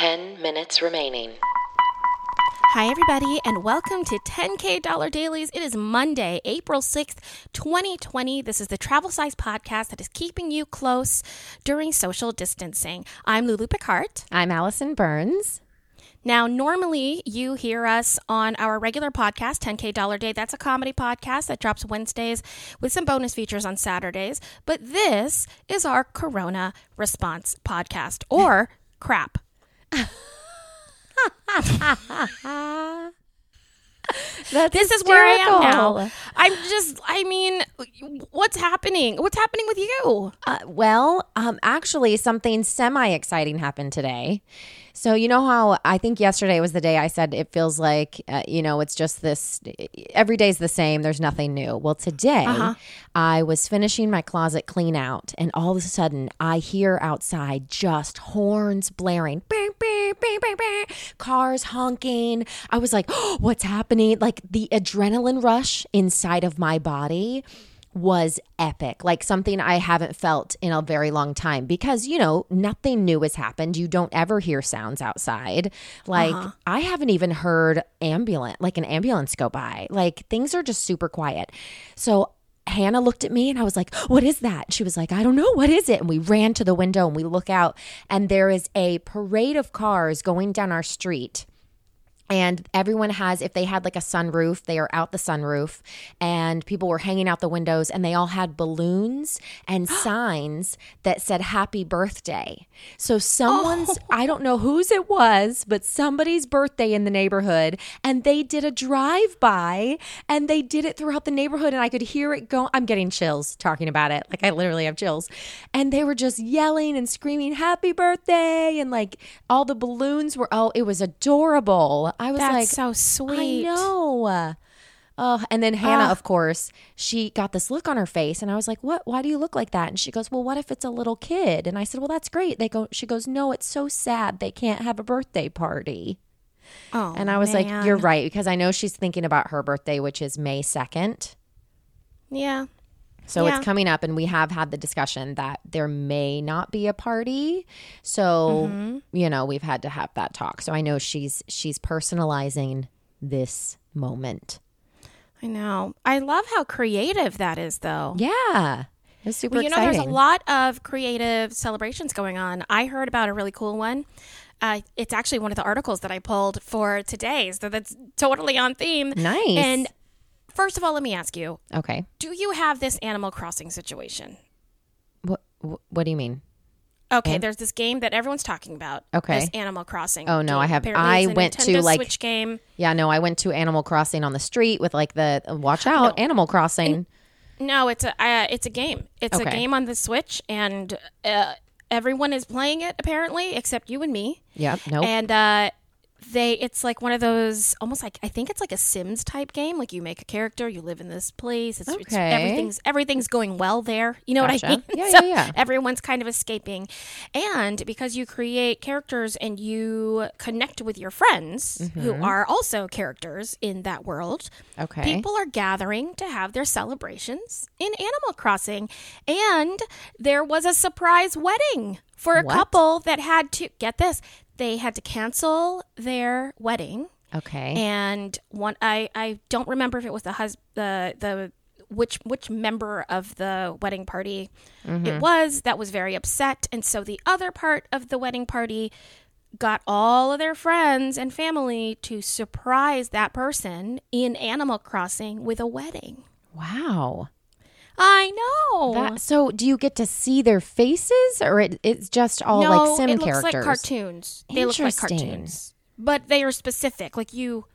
10 minutes remaining. Hi, everybody, and welcome to 10K Dollar Dailies. It is Monday, April 6th, 2020. This is the travel size podcast that is keeping you close during social distancing. I'm Lulu Picard. I'm Allison Burns. Now, normally you hear us on our regular podcast, 10K Dollar Day. That's a comedy podcast that drops Wednesdays with some bonus features on Saturdays. But this is our Corona Response podcast, or crap. That's This is where I am hysterical. now. I'm just, I mean, what's happening? What's happening with you? Uh, well, um, actually, something semi exciting happened today. So, you know how I think yesterday was the day I said it feels like, uh, you know, it's just this, every day's the same. There's nothing new. Well, today I was finishing my closet clean out, and all of a sudden I hear outside just horns blaring, beep, beep, beep, beep, beep, cars honking. I was like, what's happening? Like the adrenaline rush inside of my body was epic, like something I haven't felt in a very long time because, you know, nothing new has happened. You don't ever hear sounds outside. Like, I haven't even heard ambulance, like an ambulance go by. Like, things are just super quiet. So, Hannah looked at me and I was like, What is that? She was like, I don't know. What is it? And we ran to the window and we look out, and there is a parade of cars going down our street and everyone has if they had like a sunroof they are out the sunroof and people were hanging out the windows and they all had balloons and signs that said happy birthday so someone's i don't know whose it was but somebody's birthday in the neighborhood and they did a drive by and they did it throughout the neighborhood and i could hear it go i'm getting chills talking about it like i literally have chills and they were just yelling and screaming happy birthday and like all the balloons were oh it was adorable i was That's like so sweet. Ah. i know Oh, and then Hannah, of course, she got this look on her face, and I was like, "What? Why do you look like that?" And she goes, "Well, what if it's a little kid?" And I said, "Well, that's great." They go, she goes, "No, it's so sad. They can't have a birthday party." Oh, And I was like, "You're right," because I know she's thinking about her birthday, which is May second. yeah. So Yeah. it's coming up, and we have had the discussion that there may not be a party. So Mm-hmm. you know, we've had to have that talk. So I know she's she's personalizing this moment. I know. I love how creative that is, though. Yeah, it's super Well, you know, exciting. there's a lot of creative celebrations going on. I heard about a really cool one. Uh, it's actually one of the articles that I pulled for today, so that's totally on theme. Nice. And first of all, let me ask you: Okay, Do you have this Animal Crossing situation? what what do you mean? Okay, there's this game that everyone's talking about. Okay. this Animal Crossing. Oh, no, game. I have- Apparently I it's a went to, Nintendo like- Switch game. Yeah, no, I went to Animal Crossing on the street with like the uh, watch out Animal Crossing. No, it's a uh, it's a game. It's a Okay. game on the Switch, and uh, everyone is playing it apparently, except you and me. yep, nope. And uh, they, it's like one of those almost like I think it's like a Sims type game. Like you make a character, you live in this place. It's, it's- Okay. everything's everything's going well there. You know Gotcha. what I mean? Yeah, So yeah, yeah. Everyone's kind of escaping, and because you create characters and you connect with your friends who are also characters in that world. Mm-hmm. okay. People are gathering to have their celebrations in Animal Crossing. And there was a surprise wedding for a What? couple that had to get this. They had to cancel their wedding. okay. And one I, I don't remember if it was the hus the the which which member of the wedding party it was that was very upset. And so the other part of the wedding party got all of their friends and family to surprise that person in Animal Crossing with a wedding. wow. I know. That, so do you get to see their faces or it, it's just all like sim it looks characters? like cartoons. They look like Interesting. cartoons, but they are specific. Like you,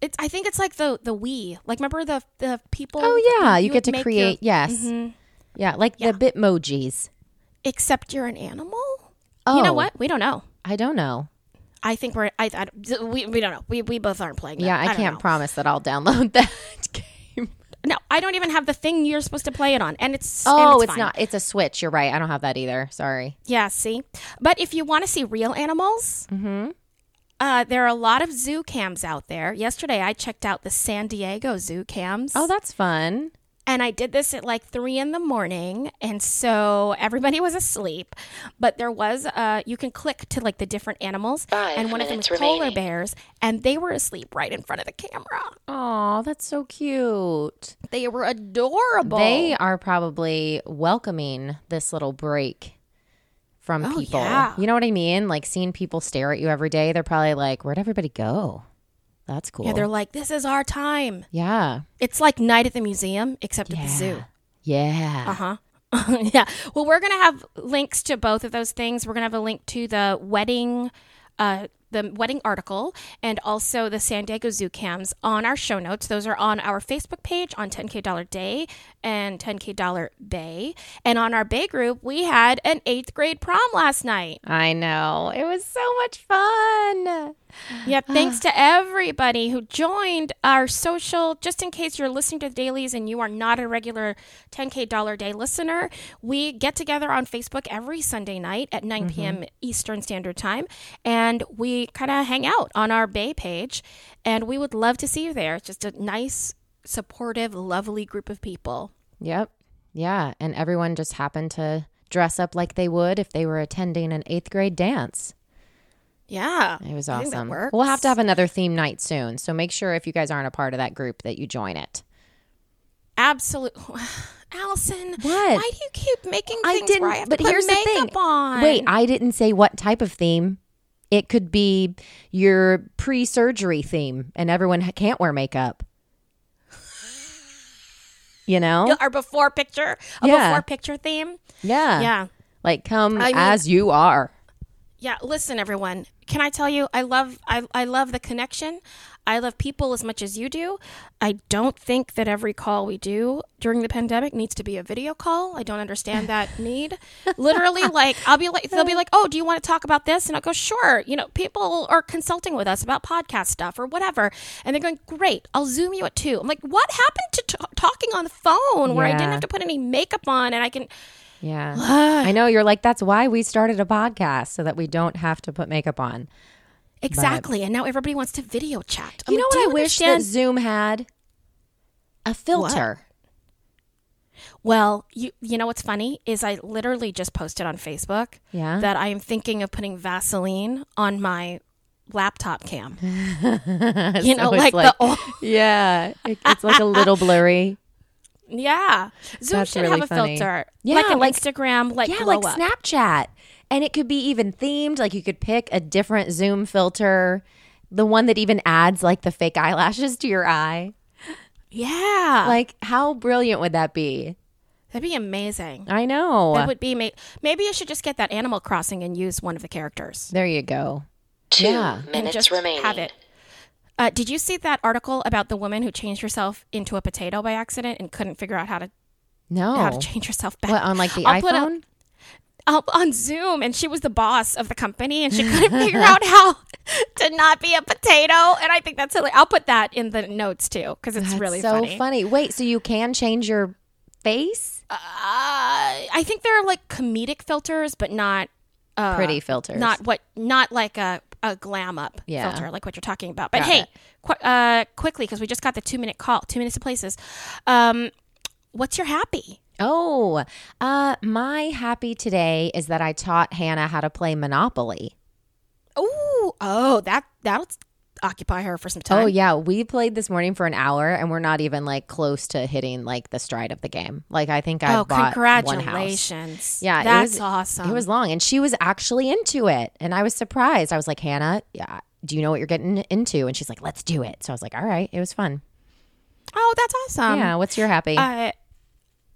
it's. I think it's like the the Wii. Like remember the the people. Oh yeah, that you, would get to make your- Mm-hmm. create. yes, yeah, like the Bitmojis. except you're an animal. Oh, You know what? We don't know. I don't know. I think we're. I. I we, we don't know. We we both aren't playing. that. Yeah, I I, don't can't know. promise that I'll download that game. No, I don't even have the thing you're supposed to play it on, and it's. and Oh, it's fine. not. It's a Switch. You're right. I don't have that either. Sorry. Yeah, see? But if you want to see real animals, Mm-hmm. uh, there are a lot of zoo cams out there. Yesterday, I checked out the San Diego zoo cams. Oh, that's fun. And I did this at like three in the morning. And so everybody was asleep. But there was, uh, you can click to like the different animals. Five and one of them was minutes polar remaining. bears. And they were asleep right in front of the camera. Oh, that's so cute. They were adorable. They are probably welcoming this little break from Oh, people. yeah. You know what I mean? Like seeing people stare at you every day, they're probably like, where'd everybody go? That's cool. yeah, they're like, this is our time. yeah. It's like night at the museum, except at the Yeah. zoo. Yeah. Uh huh. yeah. Well, we're gonna have links to both of those things. We're gonna have a link to the wedding, uh, the wedding article, and also the San Diego Zoo cams on our show notes. Those are on our Facebook page on 10K Dollar Day and 10K Dollar Bay, and on our Bay group we had an eighth grade prom last night. I know. It was so much fun. Yep. Thanks to everybody who joined our social. Just in case you're listening to the dailies and you are not a regular 10K dollar day listener, we get together on Facebook every Sunday night at 9 p.m. Eastern Standard Time and we kind of hang out on our Bay page. And we would love to see you there. It's just a nice, supportive, lovely group of people. Yep. Yeah. And everyone just happened to dress up like they would if they were attending an eighth grade dance. Yeah. It was I think that awesome. works. We'll have to have another theme night soon. So make sure if you guys aren't a part of that group that you join it. Absolute. Allison, What? why do you keep making things where I have to put makeup on? Wait, I didn't say what type of theme. It could be your pre-surgery theme, and everyone ha- can't wear makeup. You know? our before picture, a Yeah. before picture theme. Yeah. Yeah. Like come I mean- as you are. Yeah, listen everyone. Can I tell you I love I I love the connection. I love people as much as you do. I don't think that every call we do during the pandemic needs to be a video call. I don't understand that need. Literally like I'll be like they'll be like, "Oh, do you want to talk about this?" and I'll go, "Sure." You know, people are consulting with us about podcast stuff or whatever, and they're going, "Great. I'll Zoom you at 2." I'm like, "What happened to t- talking on the phone where I didn't Yeah. have to put any makeup on and I can Yeah. I know you're like that's why we started a podcast so that we don't have to put makeup on. Exactly. and now everybody wants to video chat. I'm Um, You know like, what I "Do wish that understand?" Zoom had? A filter. Well, you you know what's funny is I literally just posted on Facebook Yeah. that I am thinking of putting Vaseline on my laptop cam. you know, So like, it's like- the old, Yeah. It- it's like a little blurry. yeah. Zoom That's should really have a funny. filter. Yeah, like an like- Instagram, like yeah, glow like up. Snapchat. And it could be even themed. Like you could pick a different Zoom filter, the one that even adds like the fake eyelashes to your eye. yeah, Like, how brilliant would that be? that'd be amazing. I know. That would be ma- maybe I should just get that Animal Crossing and use one of the characters there you go. Two Yeah. and minutes just remaining. have it. Uh, did you see that article about the woman who changed herself into a potato by accident and couldn't figure out how to how No. to change herself back? Oh. What, on like the I'll put a- iPhone? up on Zoom and she was the boss of the company and she couldn't figure out how to not be a potato. And I think that's hilarious. I'll put that in the notes too because it's really so funny. Wait, so you can change your face? Uh, I think there are like comedic filters, but not uh, Pretty filters. Not what, not like a, a glam up Yeah. filter like what you're talking about. But Got hey, it. qu- uh, quickly because we just got the two minute call, two minutes of places. Um, what's your happy? Oh, uh, my happy today is that I taught Hannah how to play Monopoly. Oh, oh, that that'll occupy her for some time. Oh yeah, we played this morning for an hour, and we're not even like close to hitting like the stride of the game. Like I think I oh, bought one house. congratulations! Yeah, it that's was- awesome. It was long, and she was actually into it, and I was surprised. I was like, Hannah, yeah, do you know what you're getting into? And she's like, Let's do it. So I was like, All right, it was fun. oh, that's awesome. yeah, what's your happy? Uh,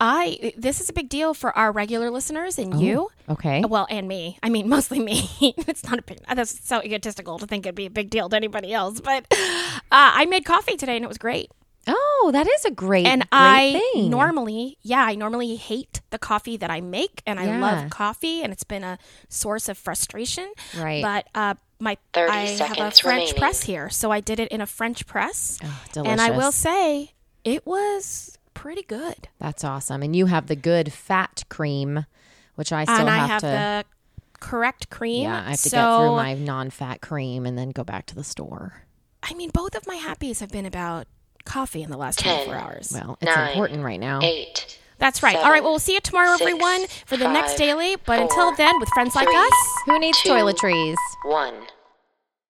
I this is a big deal for our regular listeners and you. okay, Well, and me. I mean, mostly me. it's not a big. That's so egotistical to think it'd be a big deal to anybody else. But uh, I made coffee today and it was great. oh, that is a great and great I thing. normally, yeah, I normally hate the coffee that I make, and I Yeah. love coffee, and it's been a source of frustration. Right. But uh, my 30 I have a seconds French remaining. press here, so I did it in a French press, Oh, and I will delicious. say it was pretty good. That's awesome, and you have the good fat cream, which I still and have, I have to. the correct cream. yeah, I have to so, get through my non-fat cream and then go back to the store. I mean, both of my happies have been about coffee in the last 24 hours. Well, it's Nine. important right now. eight, That's right. All right. Well, we'll see you tomorrow, six, everyone, for the next five, daily. But four, until then, with friends like three, us. Who needs Two. toiletries? one.